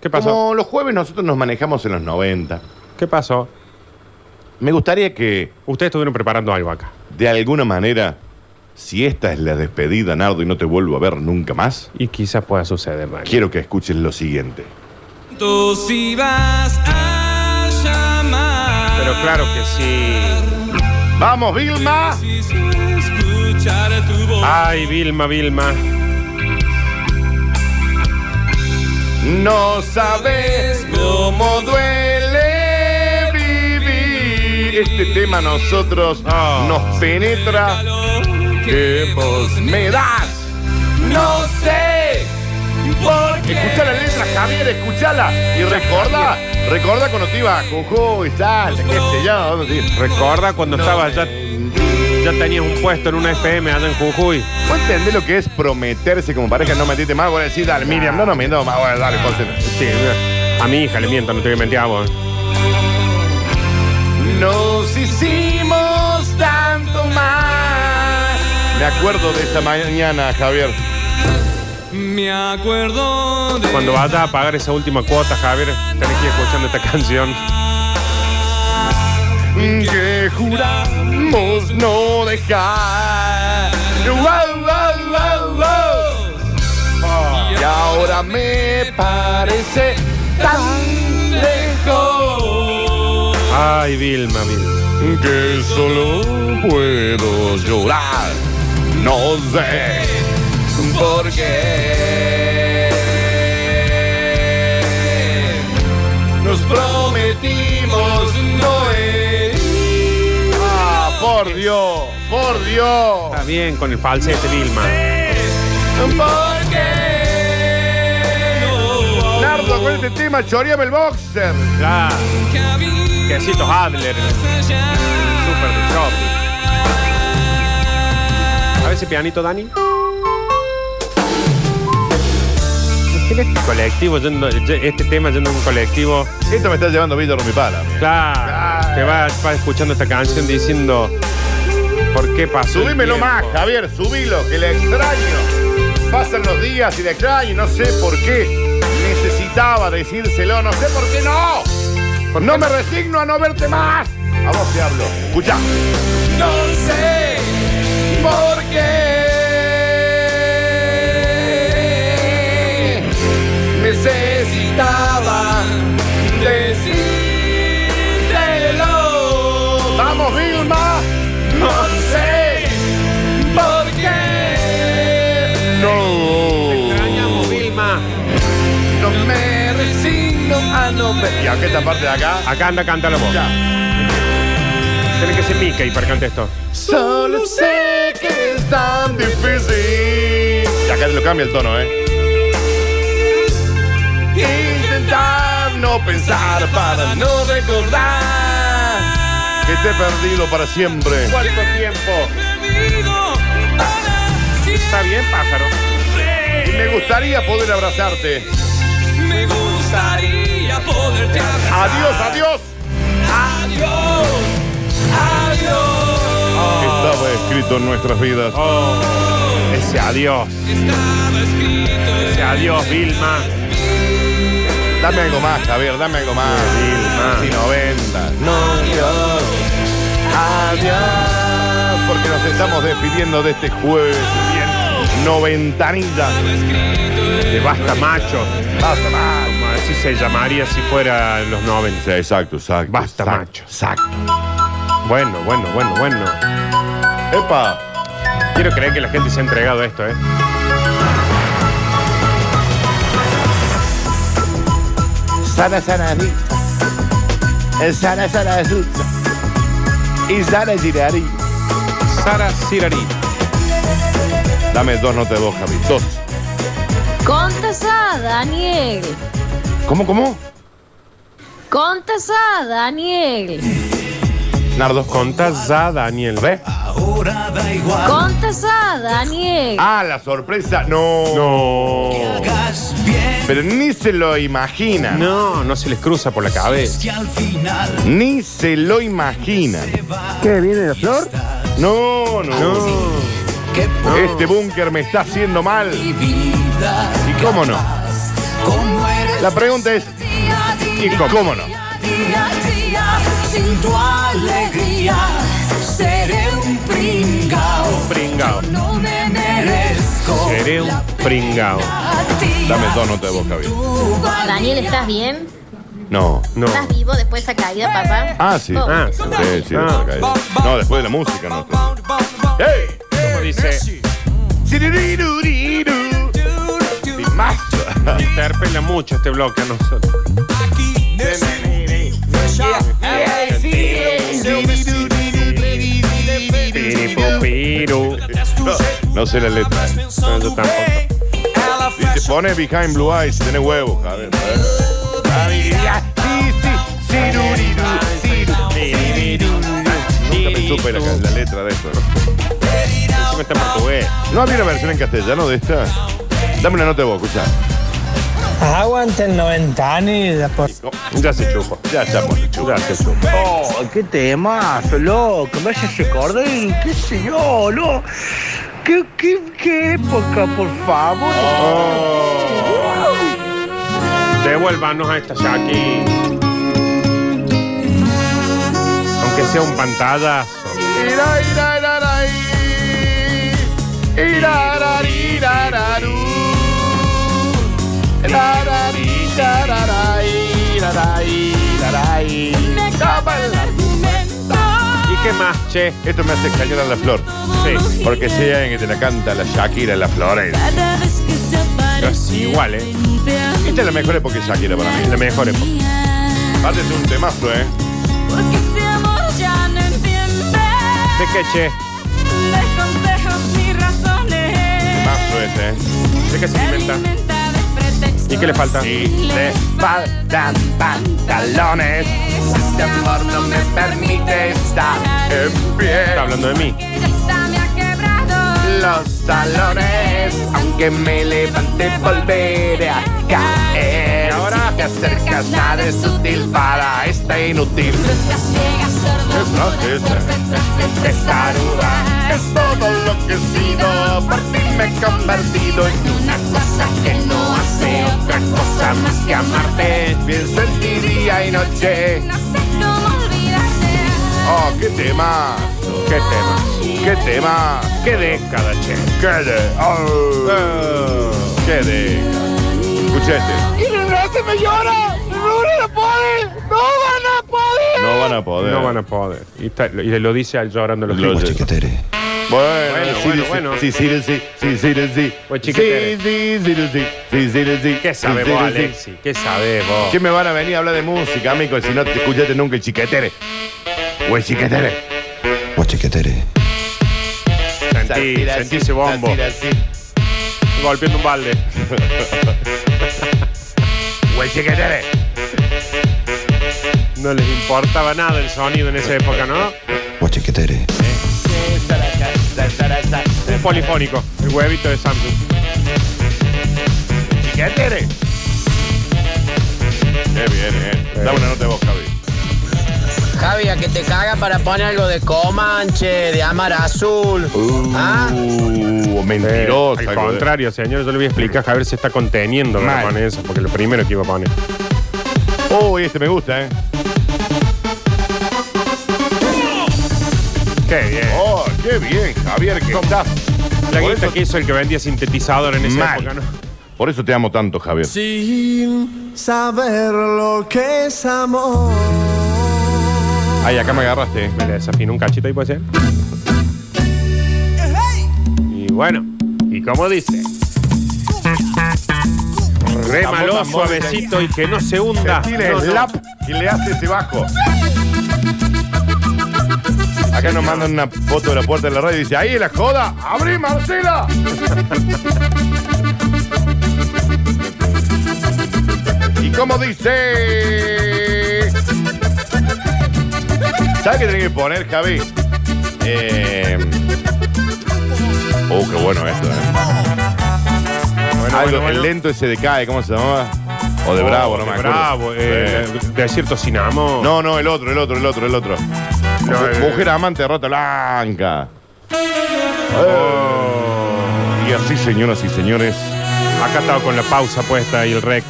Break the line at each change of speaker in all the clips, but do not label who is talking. ¿Qué pasó?
Como los jueves nosotros nos manejamos en los 90,
¿Qué pasó?
me gustaría que,
Ustedes estuvieron preparando algo acá.
de alguna manera, si esta es la despedida, Nardo, y no te vuelvo a ver nunca más,
Y quizás pueda suceder, Dani.
quiero que escuches lo siguiente.
Tú si vas a llamar.
Pero claro que sí.
¡Vamos, Vilma!
Si escuchar tu voz.
Ay, Vilma, Vilma.
No sabes cómo duele vivir. Este tema a nosotros
Ah.
nos penetra.
calor
que vos me das. No sé por qué. Escucha la letra, Javier, escuchala. Y recuerda, recuerda cuando te iba a Jujuy, Salta, qué sé yo. sí.
Recuerda cuando
No
estabas
me
ya, ya tenías un puesto en una FM allá en Jujuy.
¿Vos entendés lo que es prometerse como pareja? No metiste más, vos decís, dale, Miriam, no, no, miento más, bueno, dale, José.
Sí, a mi hija le miento, no te voy a mentir a vos.
Nos hicimos tanto más. Me acuerdo de esta mañana, Javier.
Me acuerdo de.
Cuando vayas a pagar esa última cuota, Javier, tenés que ir escuchando esta canción.
que juramos no dejar. Wow, wow, wow, wow. Y ahora me parece tan lejos
Ay, Vilma, Vilma.
que solo puedo llorar. No sé por qué. Nos prometimos no herir. Ah, por Dios, por Dios.
Está bien con el falsete, Vilma.
¿Por qué? Nardo, con este tema, choríame el boxer.
Claro.
Que había
Quesitos Adler,
más allá.
super de shopping. A ver ese pianito, Dani. Tiene Este colectivo, yendo- este tema yendo en un colectivo.
Esto me está llevando Villa Rumipala.
Claro, que va, va escuchando esta canción diciendo ¿Por qué pasó? el
Subímelo
tiempo?
más, Javier, subilo, que le extraño. Pasan los días y le extraño, no sé por qué. Necesitaba decírselo, no sé por qué no. No me resigno a no verte más. A vos te hablo. Escucha. No sé por qué. Necesitaba decírtelo. Vamos, Vilma. No sé por qué.
Extrañamos,
No.
Vilma.
No me resigno a no ver. Y aunque esta parte de acá.
Acá anda, cántalo vos.
Ya.
Tenés que ser Mickey para cantar esto.
Solo sé que es tan difícil. Y acá te lo cambia el tono, ¿eh? Intentar no pensar para no recordar que te he perdido para siempre.
¿Cuánto tiempo?
Perdido para
Está bien, pájaro.
Y
siempre.
me gustaría poder abrazarte.
Me gustaría poderte abrazar.
Adiós, adiós.
Adiós. Adiós.
Estaba escrito en nuestras vidas.
Oh, ese adiós.
Estaba escrito.
Ese adiós, Vilma.
Dame algo más, Javier, dame algo más.
Vilma.
Sí, 90. No, adiós. Adiós. Porque nos estamos despidiendo de este jueves. Noventanita.
De basta macho. Basta macho. Así se llamaría si fuera en los 90.
exacto, exacto.
Basta,
exacto,
macho.
Exacto.
Bueno, bueno, bueno, bueno.
Epa.
Quiero creer que la gente se ha entregado a esto, ¿eh?
Sana, sana, rica. Sana, sana, rica. Y sana, girari.
Sara Sirari.
Dame dos notas de voz, Javi. Dos.
Contasa, Daniel.
¿Cómo, cómo?
Contasa, Daniel.
Nardo.
Contás ya, Daniel. ¿Ves?
Contasa, Daniel.
Ah, la sorpresa. No.
No.
Pero ni se lo imagina.
No, no se les cruza por la cabeza.
Ni se lo imagina.
¿Qué viene la flor?
No, no.
No.
Este búnker me está haciendo mal. ¿Y cómo no? La pregunta es,
¿Y
¿y
cómo?
cómo no?
Día a día, sin tu alegría, seré un pringao.
Pringao.
No me merezco.
Seré un pringao.
Dame dos notas de voz, Javier.
Daniel, ¿estás bien?
No.
No.
¿Estás vivo después de esa caída, papá?
Ah, sí.
Oh,
Ah,
Sí, sí,
Ah.
acá es. No, después de la música, no. ¡Ey!
como dice,
Siririruriru. Timazo.
interpela mucho este bloque a nosotros. Piripu, piru.
No sé la letra.
No, yo tampoco.
Dice, pone Behind Blue Eyes, tiene huevos, Javier. Sí, sí, siruriru, siru. Nunca me supe la, la letra de esto. ¿no?
Encima está en portugués.
¿No había una versión en castellano de esta? Dame una nota de voz, escuchá.
Aguanten 90 años. Por...
Ya se chupó.
Ya estamos,
Ya se chupó.
Oh, qué tema, loco. Me hace recordar, qué sé yo, no. ¿Qué, qué, qué época, por favor?
Oh.
Devuélvanos a esta Shaki. Aunque sea un pantallazo.
Ira, ira, ira, ira, ira, ira, ira, ira, ru. Ira, ira, ira, ira, ira, ira, ira, ira. Tapa el argumento.
¿Y qué más, che?
Esto me hace extrañar a la flor.
Sí.
Porque sea en que te la canta la Shakira la Florencia.
Cada vez que se
Es
aparece
igual, ¿eh?
frente a mí,
Esta es la mejor época de Shakira para mí.
La mejor época.
Aparte es un temazo, ¿eh?
porque este amor ya no entiende.
¿De qué, che?
De consejos ni razones.
Temazo este, ¿eh?
¿De qué se
Se
alimenta?
alimenta de pretextos.
¿Y qué le falta?
Y le faltan pantalones. Este amor no me permite estar en pie.
Está hablando de mí.
Ella está me ha quebrado.
los talones. Aunque me levante, volveré a caer. ahora te acercas, nada es útil para esta inútil.
Frutas ciegas, sordos,
Es más que
mudas,
esa.
perfectas,
Testaruda es todo lo que he sido. Por ti me he convertido en una cosa que no hace otra cosa más que amarte. Pienso en ti día y noche.
No sé cómo olvidarte.
Oh, qué tema.
¿Qué tema?
Qué tema.
¿Qué década, che?
Qué de. Oh. Qué de. Escuchete. No van a poder.
No van a poder. Y, está- y le lo dice al llorando los
Lo
chicos.
sé. Bueno,
Bueno,
sí,
bueno,
sí,
bueno.
Sí, sí, sí, sí, sí, sí, sí.
Pues, chiquetere.
Sí, sí, sí, sí, sí, sí, sí, sí.
¿Qué sabes
Sí,
vos,
sí, sí.
Alexi? ¿Qué sabes vos?
¿Qué me van a venir a hablar de música, amigo? Si no te escuchaste nunca el chiquetere. O el chiquetere.
Sentí, sentí ese bombo. Golpeando un balde.
O el chiquetere.
No les importaba nada el sonido en esa época, ¿no? Un polifónico. El huevito de Samsung.
Chiquetere. Qué bien, eh. Dame una nota de voz, Javi.
Javi, a que te caga para poner algo de Comanche, de Amar Azul. ¿Ah?
Uh, mentiroso.
Eh, Al
algo de-
contrario, señor, yo le voy a explicar. Javier se está conteniendo
Mal.
para poner eso, porque lo primero que iba a poner.
Uy, este me gusta, eh.
Qué bien.
Oh, qué bien, Javier, que estás.
La
Por
guita
eso-
que hizo el que vendía sintetizador en esa
Mal.
época, ¿no?
Por eso te amo tanto, Javier.
Sin saber lo que es amor.
Ay, acá me agarraste. eh.
Me le desafiné un cachito ahí, puede ser. Y bueno, y como dice. Remalo
Tambor, tambor,
suavecito y que no se hunda.
Tiene
No, no.
slap y le hace ese bajo. Acá nos mandan una foto de la puerta de la radio y dice, ahí es la joda, abrí Marcela. y como dice... ¿Sabes qué tenés que poner, Javi? Eh... Oh, qué bueno esto, eh.
Bueno,
Algo,
bueno, bueno. Oh,
El lento ese de cae, ¿cómo se llamaba? O de Bravo, no
de
me acuerdo.
Bravo, eh,
Sí.
Desierto sin amor.
No, no, el otro, el otro, el otro, el otro. Mu-
eh.
Mujer amante de rata blanca. Eh. Y así, señoras y señores,
Acá estaba con la pausa puesta y el rec.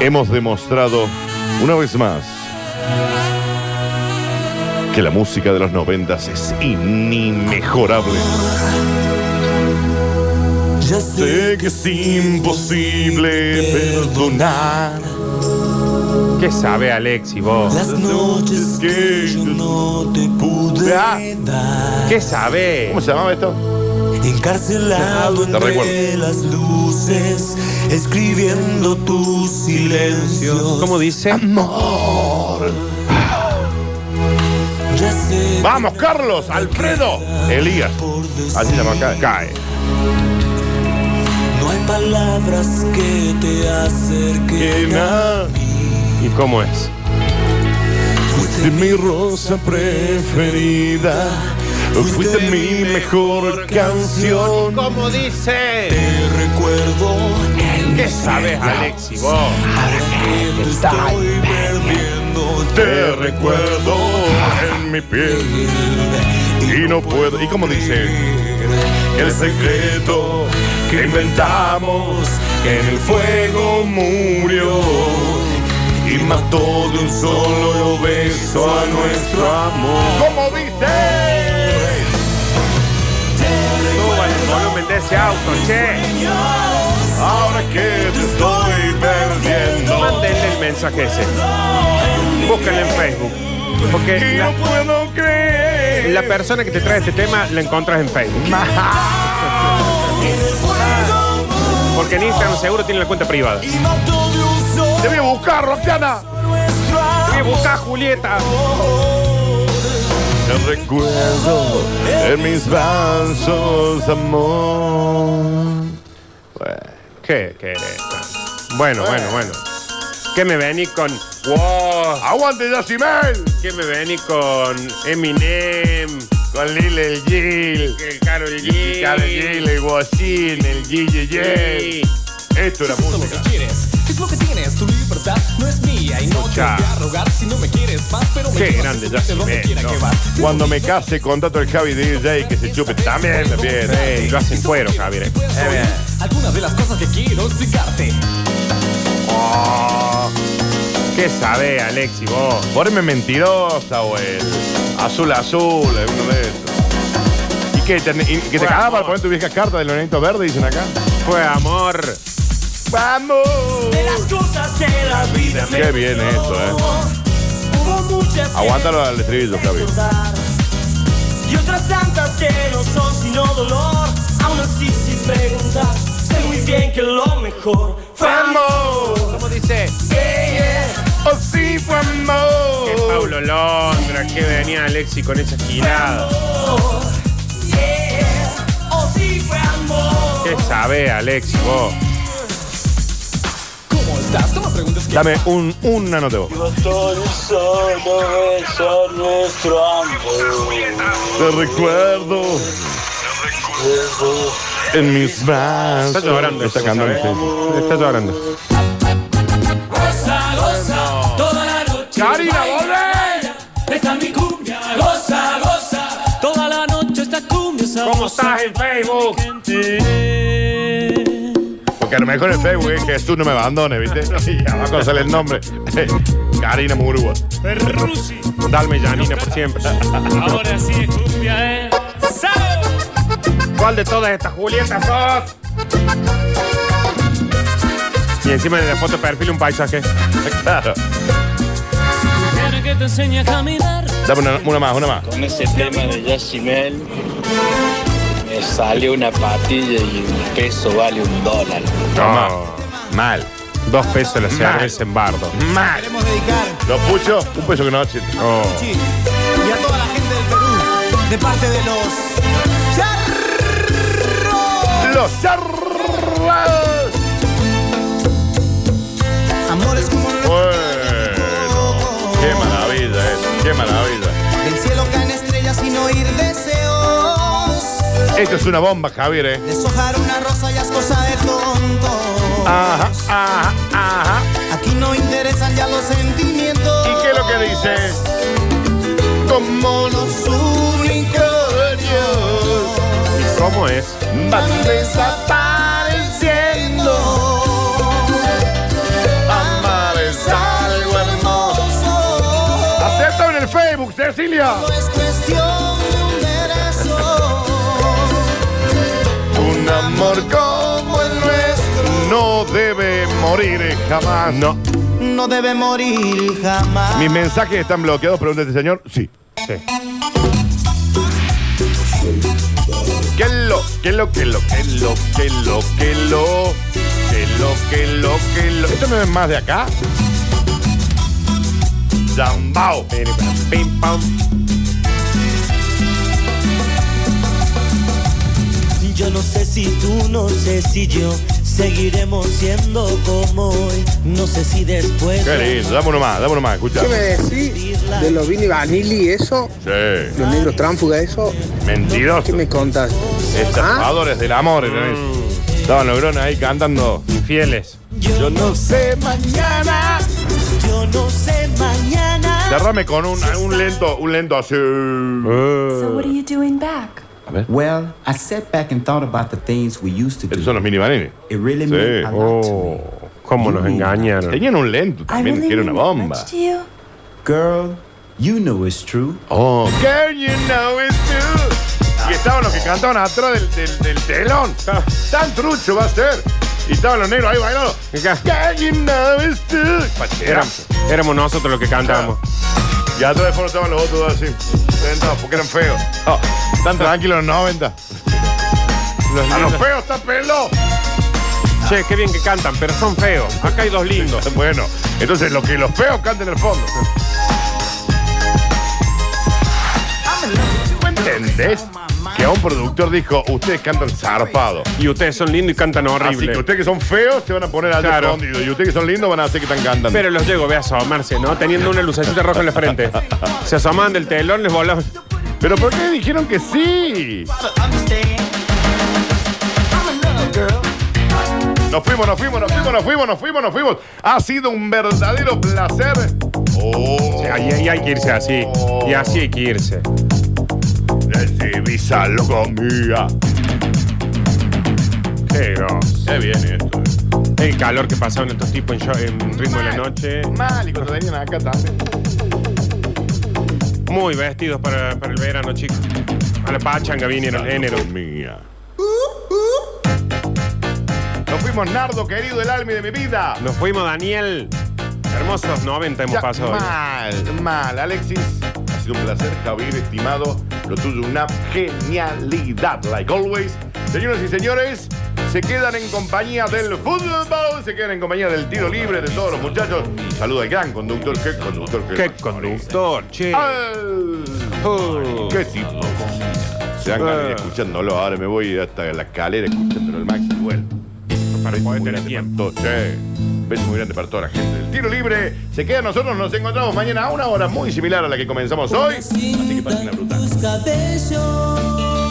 hemos demostrado una vez más que la música de los noventas es inimejorable.
Ya sé
Sé que es imposible perdonar
¿Qué sabe Alexi vos?
las noches que yo no te
Ah.
pude dar.
¿Qué sabe?
¿Cómo se llamaba esto?
Encarcelado
Te
entre las luces, escribiendo tus silencios.
¿Cómo dice?
Ya sé
Vamos, Carlos, Alfredo, Elías.
por decir,
Así se llama acá. Cae.
no hay palabras que te acerquen a
¿Y cómo es?
Fuiste mi rosa preferida. Fuiste mi mejor canción.
¿Cómo dice?
el recuerdo.
¿Qué sabes, Alexi vos?
Que te estoy perdiendo.
Te recuerdo en mi piel. Y no puedo. ¿Y cómo dice? El secreto que inventamos en el fuego murió. Y mató de un solo beso a nuestro amor. ¿Cómo dice?
Suban el volumen de ese auto, che.
Ahora que te estoy perdiendo.
Mándenle el mensaje ese. Búsquenlo en Facebook. Porque
Y
la,
no puedo creer.
la persona que te trae este tema la encontras en Facebook. Porque en Instagram seguro tiene la cuenta privada.
Te voy a buscar, Roxana.
¿Qué buscas, Julieta?
Te recuerdo en mis brazos, amor.
¿Qué querés? Bueno, bueno, bueno. ¿Qué me venís con. Wow.
Aguante, Yacimel.
¿Qué me venís con Eminem?
Con Lil el Gil.
El Karol G.
Carol Gil, el Guasín, el Gille Gil. Esto era
Esto es lo
música.
que quieres. ¿Qué es lo que tienes? Tu libertad no es mía y no te
Escucha.
voy a rogar si no me quieres más, pero me
Qué
llevas
grande,
de
ya se
donde
ve,
quiera
¿no?
que vas.
Cuando me case, contrato el Javi DJ que se chupe también la piel.
Ey, lo hacen cuero,
¿eh?
Javier.
Soy Algunas de las cosas que quiero explicarte.
Oh,
¿Qué sabe, Alexi, vos?
Ponme mentirosa o el azul azul, alguno de esos. ¿Y que te, y que te
Bueno,
cagaba para
amor.
poner tu vieja carta del Leonito Verde, dicen acá?
Fue amor.
¡Vamos!
cosas de la vida
Qué bien esto, eh.
Hubo muchas
Aguántalo al estribillo, Javi.
Y otras tantas que no son sino dolor. Aún así, si preguntas, sé muy bien que lo mejor fue amor.
¿Cómo dice?
¡Oh, sí, fue
Que Pablo Londra, que venía Alexi con esa girada.
Oh,
¿Qué sabe, Alexi, vos?
¿Cómo estás? No me preguntes qué
Dame un, una nota vos. Te recuerdo. En mis brazos.
Está llorando.
Está
eso,
cantando,
¿sabes?
sí.
Está llorando.
Goza, goza, toda la noche.
Karina,
Baila,
volvé.
baila, Esta es mi cumbia. Goza, goza, toda la noche esta cumbia
¿Cómo
sabrosa.
estás en Facebook?
Porque a lo mejor en Facebook es Jesús no me abandone, ¿viste? Y abajo sale el nombre. Karina Murúa.
Perrusi. Dame Janina por siempre.
Ahora sí es cumbia, eh.
¿Cuál de todas estas Julietas sos? Y encima de la foto de perfil un paisaje.
Claro.
Tiene que te enseñe a caminar.
Dame una, una más, una más.
Con ese tema de Yashimel me salió una patilla y un peso vale un dólar.
No.
Mal.
Dos pesos la cerveza en bardo.
Mal.
Queremos dedicar
Los puchos, un peso que no chiste.
Oh.
y a toda la gente del Perú, de parte de los charros.
Los charros.
Amores como el
Bueno. Qué maravilla es. Qué maravilla.
Del cielo caen estrellas sin oír deseos.
Esto es una bomba, Javier, eh.
Deshojar una rosa ya es cosa de tonto.
Ajá, ajá, ajá.
Aquí no interesan ya los sentimientos.
¿Y qué es lo que dice? Como los unicornios
¿Y cómo es?
van desapareciendo. Ama Facebook, Cecilia.
es cuestión de un verano.
Un amor como el nuestro no debe morir jamás. No.
No debe morir jamás.
Mis mensajes están bloqueados, pregúntate, señor. Sí.
Sí.
¿Qué lo, qué lo, qué lo, qué lo, qué lo, qué lo, qué lo, qué lo, qué lo? ¿Esto no es más de acá? Zambao.
Pim, pam.
Yo no sé si tú, no sé si yo seguiremos siendo como hoy. No sé si después.
Qué lindo, dame uno más, dame uno más, escucha.
¿Qué me decís de los Vini Vanilli, eso?
Sí.
Los negros tránfugas, eso. ¿Qué
Mentiroso.
me contás? ¿Ah?
Estafadores del amor. era eso. Estaban los grones ahí cantando.
Infieles.
Yo no sé mañana. Yo no sé mañana.
Cerrame con un, un lento, un lento así.
Well, I sat back and thought about the things we used to do.
Estos son los mini vanines.
It really
Sí.
meant a lot
Oh,
to me.
cómo nos engañaron.
Tenían un lento también, que era una bomba.
Girl, you know it's true.
Oh, girl, you know it's true. Y estaban los que cantaban atrás del, del- del telón. Tan trucho va a ser. Y estaban los negros ahí bailando.
Acá.
Girl, you know it's true. Pachera.
Éramos, éramos nosotros los que cantábamos.
Y atrás de fondo estaban los otros así. Sentados porque eran feos. Oh, tan tranquilos los 90.
Los
A los
lindos.
feos está pelo.
Ah, Che, qué bien que cantan, pero son feos. Acá hay dos lindos.
Bueno, entonces lo que los feos canten al fondo. ¿No entendés? Que a un productor dijo, ustedes cantan zarpado.
Y ustedes son lindos y cantan
Así Ah, que
horrible.
ustedes que son feos se van a poner al
Claro.
escondido. Y ustedes que son lindos van a hacer que están cantando.
Pero los llego, ve a asomarse, ¿no? Teniendo una lucecita roja en la frente. Se asomaban del telón, les volaban.
¿Pero por qué dijeron que sí? Nos fuimos, nos fuimos, nos fuimos, nos fuimos, nos fuimos, nos fuimos. Ha sido un verdadero placer. Oh,
Y hay, hay que irse así. Y así hay que irse.
Recibisa, loco mía.
Qué grosso.
Qué bien esto. eh.
El calor que pasaban estos tipos en, show- en ritmo de la noche.
Mal, y cuando venían acá también.
Muy vestidos para, para el verano, chicos. A la pachanga vinieron en enero.
mía. Nos fuimos, Nardo, querido del alma y de mi vida.
Nos fuimos, Daniel. Hermosos 90 hemos
Ya,
pasado hoy.
mal, mal, Alexis. Ha sido un placer, Javier, estimado. Lo tuyo, una genialidad, like always. Señoras y señores, se quedan en compañía del fútbol, se quedan en compañía del tiro libre de todos los muchachos. Saludo al gran conductor, qué conductor,
Qué conductor, che.
Al-
Oh.
¡Qué tipo! Se dan
Ah.
ganas de ir escuchándolo. Ahora me voy hasta la escalera escuchándolo al máximo. Bueno,
Para poder
muy
tener
grande
tiempo.
para todos. Sí. Beso muy grande para toda la gente. del tiro libre se queda. Nosotros nos encontramos mañana a una hora muy similar a la que comenzamos hoy. Así que pasen la brutal.
Tus cabellos.